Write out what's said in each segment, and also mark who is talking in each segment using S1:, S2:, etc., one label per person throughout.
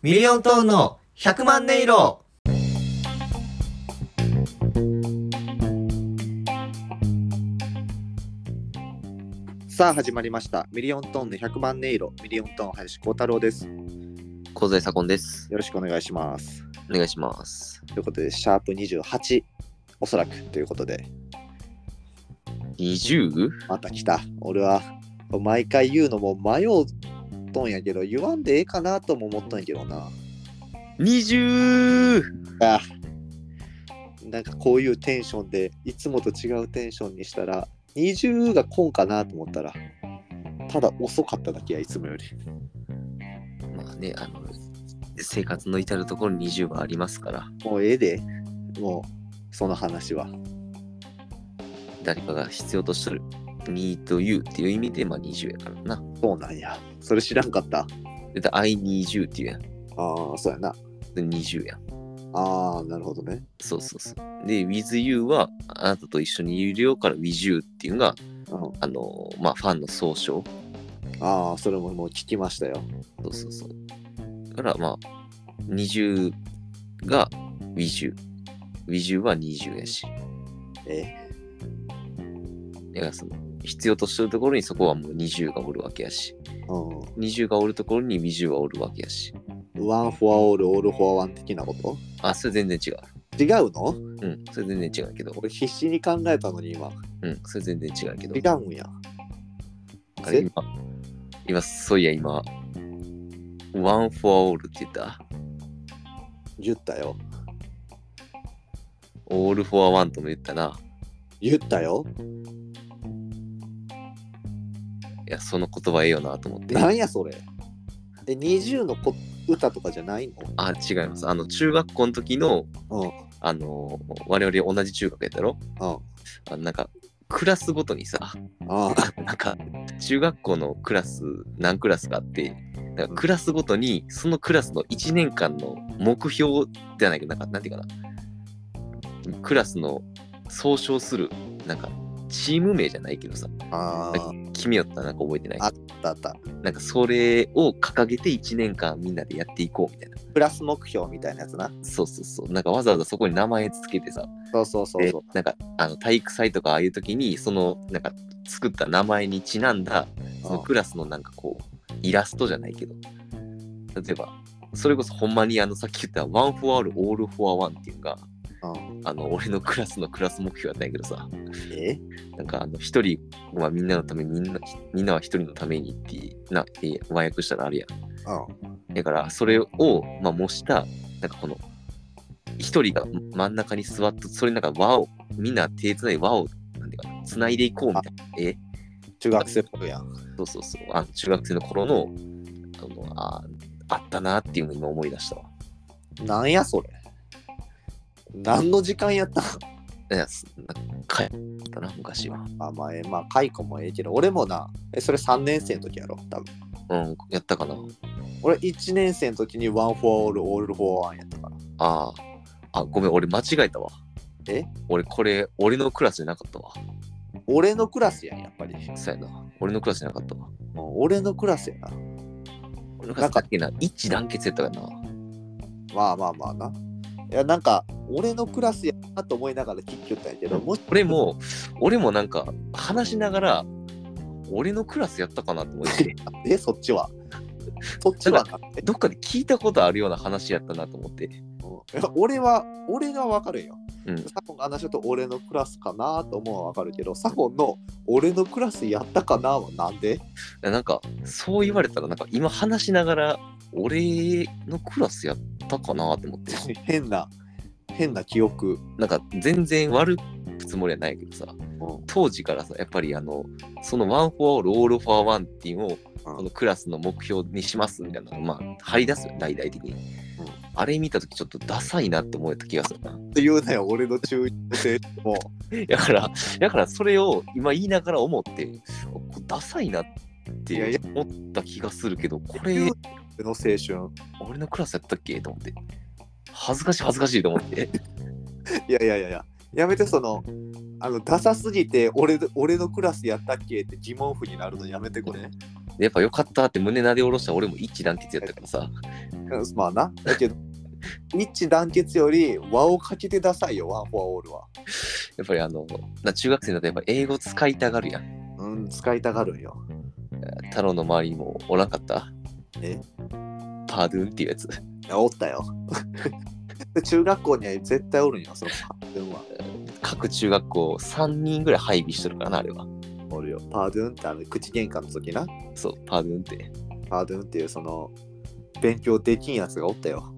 S1: ミリオントーンの100万音色さあ始まりましたミリオントーンの100万音色ミリオントーン林光太郎ですよ
S2: 小杉左近です。
S1: ろしくお願いします
S2: お願いします。
S1: ということでシャープ28おそらくということで
S2: 20?
S1: また来た俺は毎回言うのも迷うとんやけど言わんでええかなとも思ったんやけどな
S2: 20!
S1: あなんかこういうテンションでいつもと違うテンションにしたら20がこんかなと思ったらただ遅かっただけやいつもより
S2: まあね、あの、生活の至るところに20はありますから、
S1: もうええでもうその話は
S2: 誰かが必要としとる need you っていう意味で、まあ20やからな。
S1: そうなんやそれ知らんかった
S2: だって I need you っていうやん。
S1: ああそうやな
S2: で20やん。
S1: ああなるほどね
S2: そうそうそう。で、with you は、あなたと一緒にいるよから with you っていうのが、
S1: うん
S2: あの、まあファンの総称。
S1: ああそれももう聞きましたよ
S2: そうそうそう。だからまあ、20が with you。with you は20やし。
S1: ええ
S2: だからその必要としてるところにそこはもう20がおるわけやし
S1: う
S2: 20がおるところに20はおるわけやし
S1: んワンフォアオールオールフォアワン的なこと
S2: あそれ全然違う
S1: 違うの
S2: うんそれ全然違うけど
S1: 俺必死に考えたのに今
S2: うんそれ全然違うけど
S1: 違うんや
S2: あれ今今そういや今ワン・フォア・オールって言った
S1: 言ったよ
S2: オール・フォア・ワンとも言ったな
S1: 言ったよ
S2: いやその言葉ええよなと思って
S1: なんやそれえ、20のこ歌とかじゃないの
S2: あ違いますあの中学校の時の
S1: うん、うん、
S2: あの我々同じ中学やったろあのなんかクラスごとにさ
S1: あ
S2: なんか中学校のクラス何クラスかあってなんかクラスごとにそのクラスの1年間の目標じゃないけどなんかなんていうかなクラスの総称するなんかチーム名じゃないけどさ
S1: あ、ああ、
S2: 君やったらなんか覚えてない
S1: あったあった。
S2: なんかそれを掲げて1年間みんなでやっていこうみたいな
S1: プラス目標みたいなやつな。
S2: そうそうそうなんかわざわざそこに名前つけてさ
S1: そうそうそう
S2: で
S1: そう。
S2: なんかあの体育祭とかああいう時にそのなんか作った名前にちなんだそのクラスのなんかこうイラストじゃないけど例えばそれこそほんまにあのさっき言った「ワン・フォア・ール・オール・フォア・ワン」っていうのが
S1: うん
S2: あの俺のクラスのクラス目標やったんやけどさ
S1: え
S2: なんかあの一人はみんなのためみんなみんなは一人のためにっていうなえー和訳したらあれや
S1: う
S2: だからそれを、まあ、模したなんかこの一人が真ん中んに座ってそれなんか輪をみんな手つないで輪をなんていうかなつないでいこうみたいなえ
S1: ん。中学生っぽいやん。
S2: そうそうそうあの中学生の頃のあのああったなっていうのを今思い出したわ
S1: なんやそれ。何の時間やったん
S2: いやすなんか帰ったな昔は
S1: あまあ、ええまあ、解雇もええけど、俺もな、え、それ3年生の時やろ、多分。
S2: うんやったかな
S1: 俺1年生の時にワンフォアオールオールフォアワンやったから。
S2: あああごめん俺間違えたわ
S1: え
S2: 俺これ俺のクラスじゃなかったわ
S1: 俺のクラスやん、やっぱり。
S2: そうやな俺のクラスじゃなかったわ
S1: もう俺のクラスやな。
S2: 俺のクラスだっけな一致団結やったからな
S1: まあまあまあな。いやなんか俺のクラスやなと思いながら聞きよったんやけど、もし
S2: 俺も俺もなんか話しながら俺のクラスやったかなと思って
S1: えそっちはそっちはな
S2: どっかで聞いたことあるような話やったなと思って、
S1: うんいや俺は俺がわかるよ。
S2: うん、
S1: サコンが話しと俺のクラスかなと思うのはわかるけど、サコンの俺のクラスやったかなはなんで
S2: なんかそう言われたらなんか今話しながら俺のクラスやったかなと思って
S1: 変な変な記憶。
S2: なんか全然悪くつもりはないけどさ
S1: うん
S2: 当時からさやっぱりあのそのワン・フォア・オール・オール・フォア・ワンっていうのを
S1: うん
S2: このクラスの目標にしますみたいなのがまあ張り出すよ大々的に、あれ見た時ちょっとダサいなって思えた気がするな
S1: っていうなよ、俺の中1生も
S2: だから、だからそれを今言いながら思って、これダサいなっ
S1: いやい
S2: て
S1: や
S2: 思った気がするけど、こ
S1: う、
S2: れ、
S1: 俺の青春。
S2: 俺のクラスやったっけと思って。恥ずかしい恥ずかしいと思って。
S1: いやいやいやいや、やめてその、あの、ダサすぎて俺の、俺のクラスやったっけって疑問符になるのやめてくれ。
S2: でやっぱよかったって胸なで下ろした俺も一致団結やったからさ。
S1: うんまあな。だけど、一致団結より輪をかけてださいよ、ワン・フォア・オールは。
S2: やっぱりあの、な中学生だとやっぱ英語使いたがるやん。
S1: うん、使いたがるんよ。
S2: 太郎の周りにもおらんかった
S1: え
S2: パードゥンっていうやつ。
S1: いやおったよ。 で中学校には絶対おるんよ、そのパードゥンは。
S2: 各中学校3人ぐらい配備しとるからな、あれは。
S1: おるよ。パードゥンってあの口喧嘩の時な。
S2: そう、パードゥンって。
S1: パードゥンっていうその勉強できんやつがおったよ。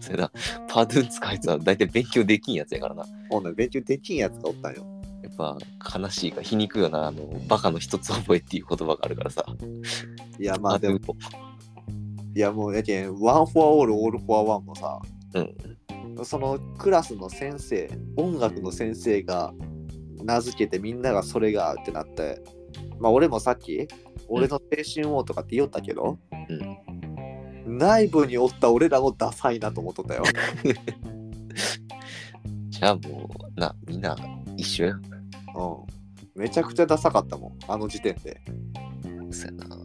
S2: それな、パードゥン使うやつは大体勉強できんやつやからな。
S1: ほんなら勉強できんやつがおったんよ。
S2: やっぱ悲しいか皮肉よな、あの、バカの一つ覚えっていう言葉があるからさ。
S1: いや、まあでも、
S2: パードゥン
S1: いやもうやけん、ワン・フォア・オール、オール・フォア・ワンもさ、
S2: うん
S1: そのクラスの先生、音楽の先生が名付けてみんながそれがってなって、まあ俺もさっき、俺の青春王とかって言おったけど、内部におった俺らもダサいなと思っとったよ。
S2: じゃあもう、な、みんな一緒や。
S1: うん、めちゃくちゃダサかったもん、あの時点で。
S2: そうやな。
S1: うん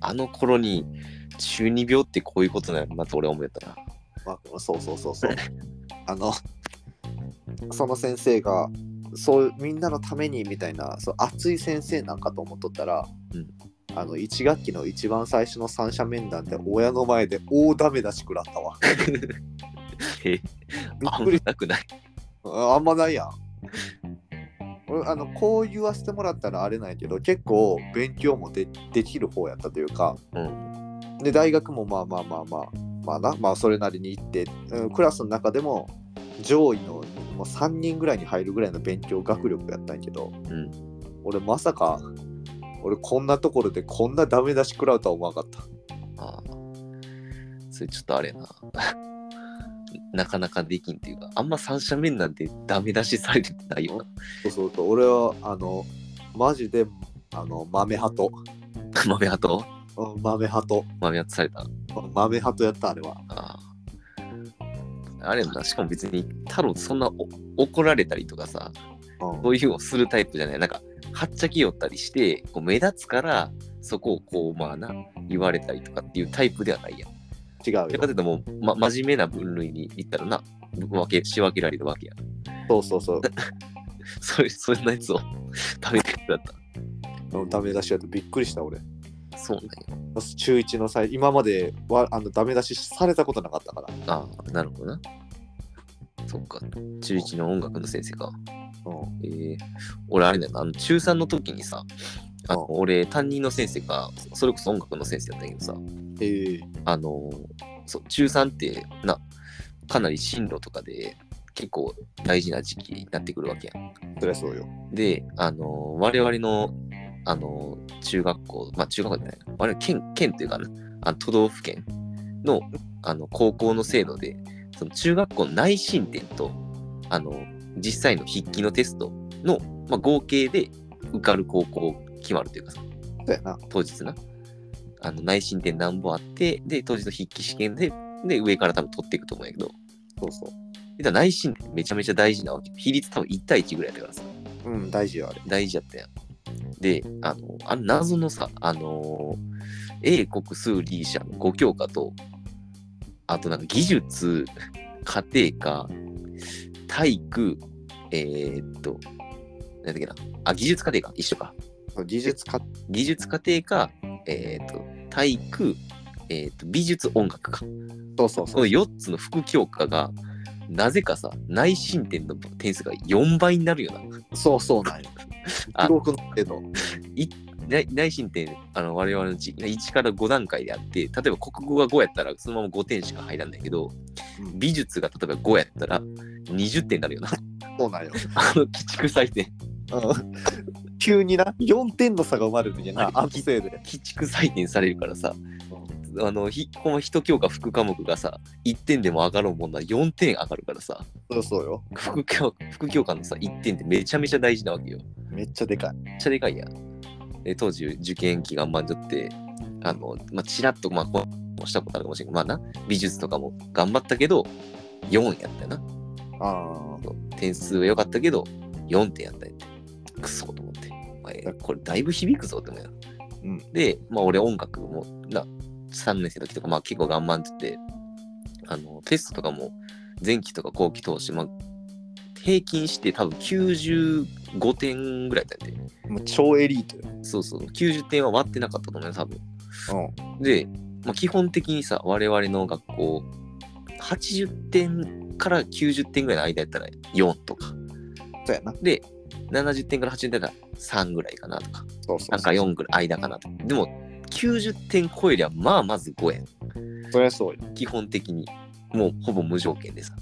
S2: あの頃に中二病ってこういうことなのかなと俺は思え たな。
S1: まあ、そうそうそうそう。あの、その先生が、そう、みんなのためにみたいな、そう熱い先生なんかと思っとったら、
S2: うん
S1: あの、1学期の一番最初の三者面談で、親の前で大ダメ出し食らったわ。
S2: え ー、
S1: び
S2: あ
S1: っ
S2: ん
S1: く
S2: ま
S1: り
S2: なくない。
S1: ああんまないやん。俺あのこう言わせてもらったらあれないけど結構勉強もでできる方やったというか、で大学もまあまあまあまあまあなまあそれなりに行って、うん、クラスの中でも上位のもう3人ぐらいに入るぐらいの勉強学力やったんやけど
S2: うん。
S1: 俺まさか俺こんなところでこんなダメ出し食らうとは思わなかった
S2: ああ。それちょっとあれやな。 なかなかできんっていうか、あんま三者面なんてダメ出しされてないよな。
S1: そうすると俺はあのマジであの豆ハト
S2: 豆ハト
S1: うん豆ハト
S2: 豆ハトされた。
S1: 豆ハトやったあれは
S2: あああれやな、しかも別に太郎そんなお怒られたりとかさ、
S1: うん
S2: そういうのをするタイプじゃない。なんか、はっちゃきよったりして、こう目立つから、そこをこう、まあな、言われたりとかっていうタイプではないやん。
S1: 違うよ
S2: それかというともう、ま、真面目な分類に行ったらな、分け、仕分けられるわけや。
S1: そうそうそう
S2: それ、そんなやつを 食べてだっ
S1: うんダメ出しやとびっくりした俺
S2: た。そうなんや。
S1: 中1の際今まではあのダメ出しされたことなかったから
S2: ああ、なるほどな。そっか。中1の音楽の先生か。
S1: うん
S2: えー、俺、あれだよな、あの中3の時にさ、あ
S1: うん
S2: の俺、担任の先生が、それこそ音楽の先生だったんやけどさ、
S1: ええ
S2: あのそう中3ってなかなり進路とかで結構大事な時期になってくるわけやん。
S1: そりゃそうよ
S2: であの我々のあの中学校まあ中学校じゃない我々県県というかなあの都道府県のあの高校の制度でその中学校の内申点とあの実際の筆記のテストの、まあ、合計で受かる高校決まるというかさ
S1: そうやな
S2: 当日な。あの内申点なんぼあって、で、当日の筆記試験で、で、上から多分取っていくと思うんやけど、
S1: そうそう
S2: でだから内申点めちゃめちゃ大事なわけ。比率多分1対1ぐらいだからさ、
S1: うん大事よあれ
S2: 大事やったやん。で、あの、あの謎のさ、あのー英国数理社の5教科と、あとなんか技術、家庭科、体育、えーっと、なんだっけな、あ、技術家庭科、一緒か。
S1: そう技術家
S2: 技術家庭か、えー、と体育、えー、と美術音楽か
S1: そうそう
S2: そ
S1: そう
S2: の4つの副教科がなぜかさ内申点の点数が4倍になるよな
S1: そうそうなん よ
S2: あ
S1: 地獄の程度
S2: 内内申点あの我々のうち1から5段階であって例えば国語が5やったらそのまま5点しか入らないけど
S1: うん
S2: 美術が例えば5やったら20点になるよ な
S1: そうなんよ、
S2: あの鬼畜採点
S1: うん、 急にな4点の差が生まれる時なあのせいで
S2: 鬼畜採点されるからさあのひこの1教科副科目がさ1点でも上がろうもんなら4点上がるからさ
S1: そうそうよ
S2: 副教副教官のさ1点ってめちゃめちゃ大事なわけよ。
S1: めっちゃでかい
S2: めっちゃでかいやん。で当時受験期頑張っちゃってあの、まあ、ちらっとまあこうしたことあるかもしれんけどまあな美術とかも頑張ったけど4やったよな。
S1: ああ
S2: 点数は良かったけど4点やったんやって。くそと思って。お前これだいぶ響くぞって思うよ。
S1: うん
S2: で、まあ、俺音楽もな3年生の時とか、まあ、結構頑張っててあのテストとかも前期とか後期通して、まあ、平均して多分95点ぐらいだったんで
S1: もう超エリートよ。
S2: そうそう90点は割ってなかったと思うよ多分
S1: うん。
S2: で、まあ、基本的にさ我々の学校80点から90点ぐらいの間やったら4とか
S1: そうやな。
S2: で70点から80点だったら3ぐらいかなとか
S1: そうそう
S2: な
S1: んそ
S2: か4ぐらい間かなとでも90点超えりゃまあまず5やん
S1: う。そりゃそうよ。
S2: 基本的にもうほぼ無条件でさ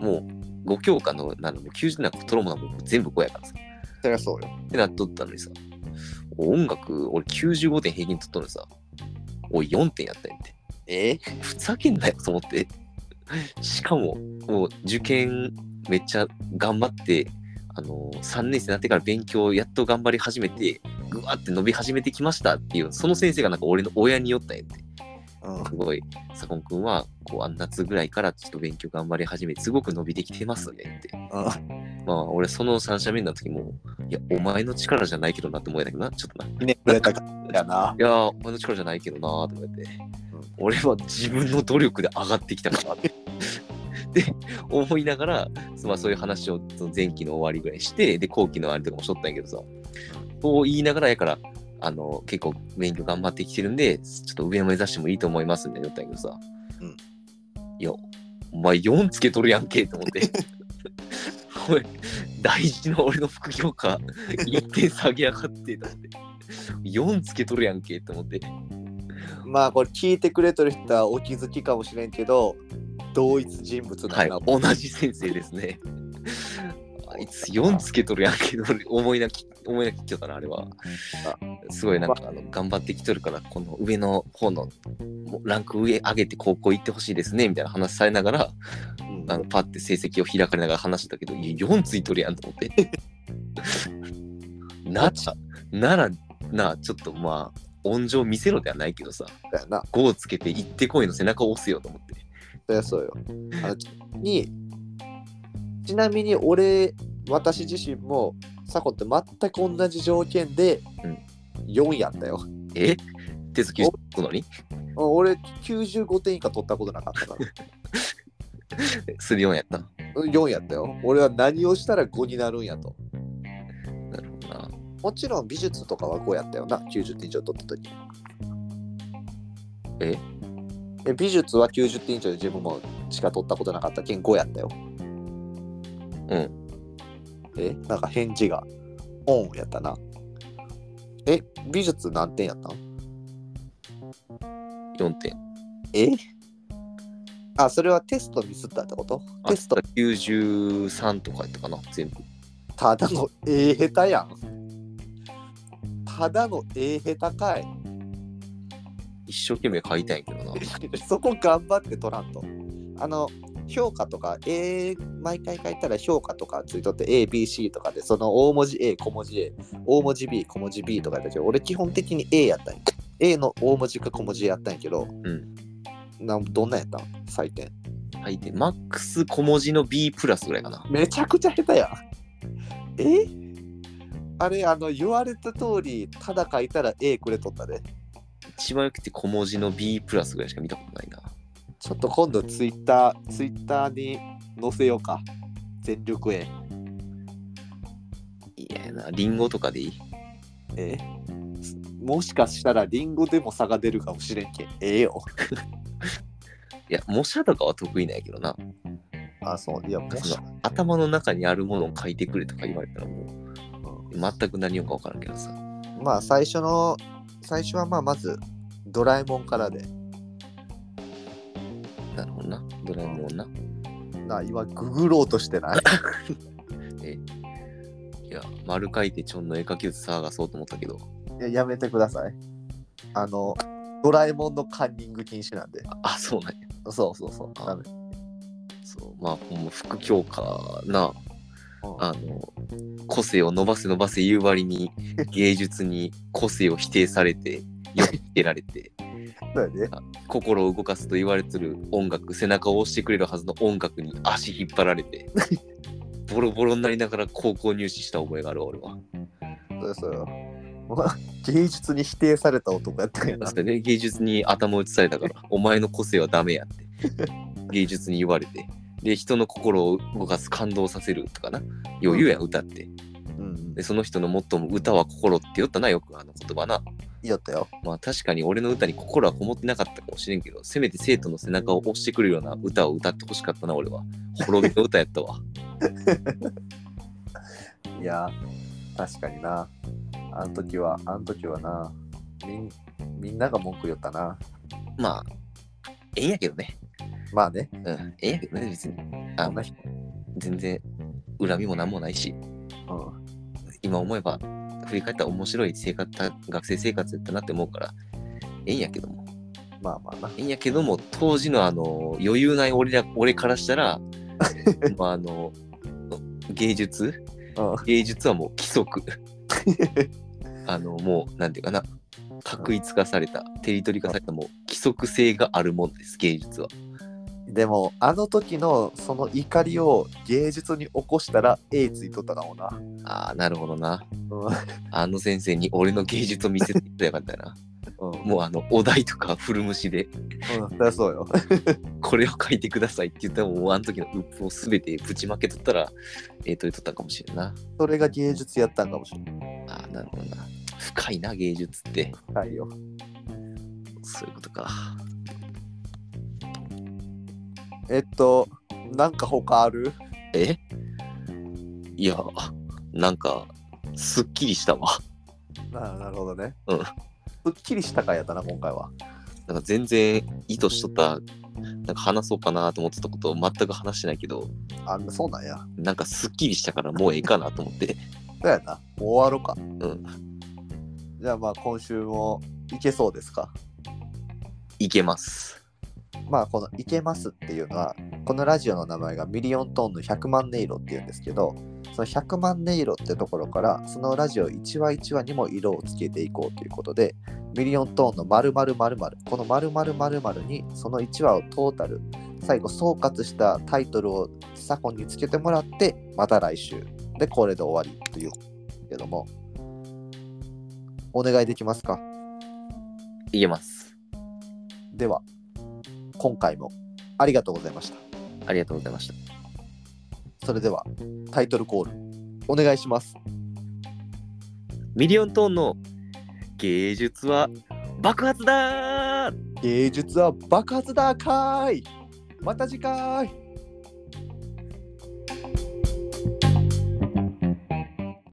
S2: もう5教科のなのも90点なんか取ろうものはもう全部5やからさ
S1: そりゃそうよ。
S2: ってなっとったのにさ音楽俺95点平均取っとるのにさ俺4点やったんやって
S1: え
S2: ふざけんなよと思って。しかも、もう受験めっちゃ頑張って、あの3年生になってから勉強やっと頑張り始めて、ぐわって伸び始めてきましたっていう、その先生がなんか俺の親によったんやって。
S1: うん。
S2: すごい、左近くんは、こう、あん夏ぐらいからちょっと勉強頑張り始めて、すごく伸びてきてますねって。まあ、俺、その3社目になった時も、いや、お前の力じゃないけどなって思えたけどな、ちょっとな。
S1: うん。ね、やったからやな。
S2: いやー、お前の力じゃないけどなーと思って、
S1: うん
S2: 俺は自分の努力で上がってきたからって で思いながら、まあ、そういう話をその前期の終わりぐらいにしてで後期の終わりとかもしとったんやけどさそう言いながらやからあの結構勉強頑張ってきてるんでちょっと上目指してもいいと思いますみたいな言ったんやけどさ、
S1: うん
S2: いやお前4つけとるやんけと思って おい大事な俺の副業か1点下げやがってと思って4つけとるやんけと思って
S1: まあこれ聞いてくれとる人はお気づきかもしれんけど、同一人物
S2: は
S1: だ
S2: い
S1: な。、
S2: 同じ先生です ね。あいつ4つけとるやんけど、俺思いな き、思いなききょたな、あれは。すごいなんか、あの、頑張ってきとるから、この上の方の、もうランク上上げて高校行ってほしいですね、みたいな話されながら、
S1: うん
S2: あのパッて成績を開かれながら話してたけど、いや4ついとるやんと思って。 なら、なら、なあ、ちょっとまあ、温情見せろではないけどさ、
S1: だよな。
S2: 5つけて行ってこいの背中を押せよと思って。
S1: そりゃそうよ。あのにちなみに俺私自身もサコって全く同じ条件で
S2: うん
S1: 4やったよ。
S2: え手つきしとのに
S1: 俺95点以下取ったことなかったから
S2: するようやった。
S1: うん4やったよ。俺は何をしたら5になるんやと。
S2: なるほどな。
S1: もちろん美術とかは5やったよな90点以上取った時
S2: え
S1: え美術は90点以上で自分もしか取ったことなかったけん5やったよ。
S2: うん。
S1: えなんか返事がオンやったな。え美術何点やったん
S2: 4点。
S1: えあ、それはテストミスったってこと
S2: あ
S1: テスト
S2: だから93とかやったかな、全部。
S1: ただのええ下手やん。ただのええ下手かい。
S2: 一生懸命書いたんやけどな。
S1: そこ頑張って取らんと。あの、評価とか、A、毎回書いたら評価とかついとって A、B、C とかで、その大文字 A、小文字 A、大文字 B、小文字 B とかやったけど、俺基本的に A やったんや。A の大文字か小文字やったんやけど、
S2: ん
S1: などんなんやったん採点。
S2: 書いて、マックス小文字の B プラスぐらいかな。
S1: めちゃくちゃ下手やん。えあれ、あの、言われた通り、ただ書いたら A くれとったで。
S2: 一番よくて小文字の B プラスぐらいしか見たことないな。
S1: ちょっと今度ツイッター、ツイッターに載せようか。全力 A。
S2: いややな、リンゴとかでいい。
S1: えもしかしたらリンゴでも差が出るかもしれんけん。ええよ。
S2: いや、模写とかは得意なんやけどな。なん
S1: あ、そう。いや、も
S2: か
S1: し
S2: その頭の中にあるものを書いてくれとか言われたらもう、全く何をか分からんけどさ。
S1: まあ、最初の、最初はまあ、まず、ドラえもんからで。
S2: なるほどな。ドラえもんな。
S1: な、今、ググろうとして ない。
S2: いや、丸書いてちょんの絵描き写探そうと思ったけど、
S1: いややめてください。あの、ドラえもんのカンニング禁止なんで。
S2: あ、そうなんや。
S1: そうそうそう。
S2: あ
S1: ダメ
S2: そう、まあ、ほんま副教科な、
S1: うん
S2: あの、個性を伸ばせ伸ばせ言う割に、芸術に個性を否定されて、よくけられて、
S1: そうやで。
S2: 心を動かすと言われてる音楽、背中を押してくれるはずの音楽に足引っ張られて、ボロボロになりながら高校入試した覚えがある、俺は。
S1: そうそう。芸術に否定された男やったんやな
S2: 確。かにね芸術に頭打ちされたから、お前の個性はダメやって。芸術に言われて。で、人の心を動かす、感動させるとかな。余裕や、歌って。
S1: うん
S2: で、その人のモットーも歌は心って言ったな、よくあの言葉な。
S1: やったよ。
S2: まあ確かに俺の歌に心はこもってなかったかもしれんけど、せめて生徒の背中を押してくるような歌を歌ってほしかったな、俺は。滅びの歌やったわ。
S1: いや、確かにな。あの時は、あの時はな、みんみんなが文句言ったな。
S2: まあ、ええんやけどね。
S1: まあね、
S2: うん、ええんやけどね、別に。
S1: こ
S2: あ
S1: んな人、
S2: 全然恨みも何もないし、
S1: うん、
S2: 今思えば、振り返ったら面白い生活だ、学生生活やったなって思うから、ええんやけども。
S1: まあまあな。
S2: ええんやけども、当時のあの、余裕ない俺ら俺からし たら、まああの、芸術
S1: うん、
S2: 芸術はもう規 則あのもうなんていうかな確一化されたテリトリ化されたもう規則性があるものです芸術は
S1: でも、あの時のその怒りを芸術に起こしたら、ええついとったかもな。
S2: ああなるほどな
S1: うん
S2: あの先生に俺の芸術を見せてくれよかったな
S1: うん、うん、
S2: もうあのお題とか古虫で
S1: そりゃそうよ。
S2: これを書いてくださいって言ったらもうあの時の鬱憤を全てぶちまけとったらええと言っとったかもしれんな
S1: それが芸術やったんかもしれない。
S2: ああなるほどな深いな芸術って
S1: はいよ。
S2: そういうことか
S1: えっと、なんか他ある
S2: えいやなんかすっきりしたわ
S1: ななるほどね。
S2: うん
S1: すっきりした回やったな、今回は。
S2: なんか全然意図しとった、なんか話そうかなと思ってたことを全く話してないけど、
S1: あ、そうなんや。
S2: なんかすっきりしたからもうええかなと思って、
S1: そうやな。もう終わろうか。
S2: ん
S1: じゃあまあ今週もいけそうですか。
S2: いけます。
S1: まあこの「いけます」っていうのはこのラジオの名前がミリオントーンの100万音色っていうんですけどその100万音色ってところからそのラジオ1話1話にも色をつけていこうということでミリオントーンの〇〇〇〇この〇〇〇〇にその1話をトータル最後総括したタイトルをサコンにつけてもらってまた来週でこれで終わりというけどもお願いできますか
S2: いけます。
S1: では今回もありがとうございました
S2: ありがとうございました。
S1: それではタイトルコールお願いします。
S2: ミリオントーンの芸術は爆発だー
S1: 芸術は爆発だかーいまた次回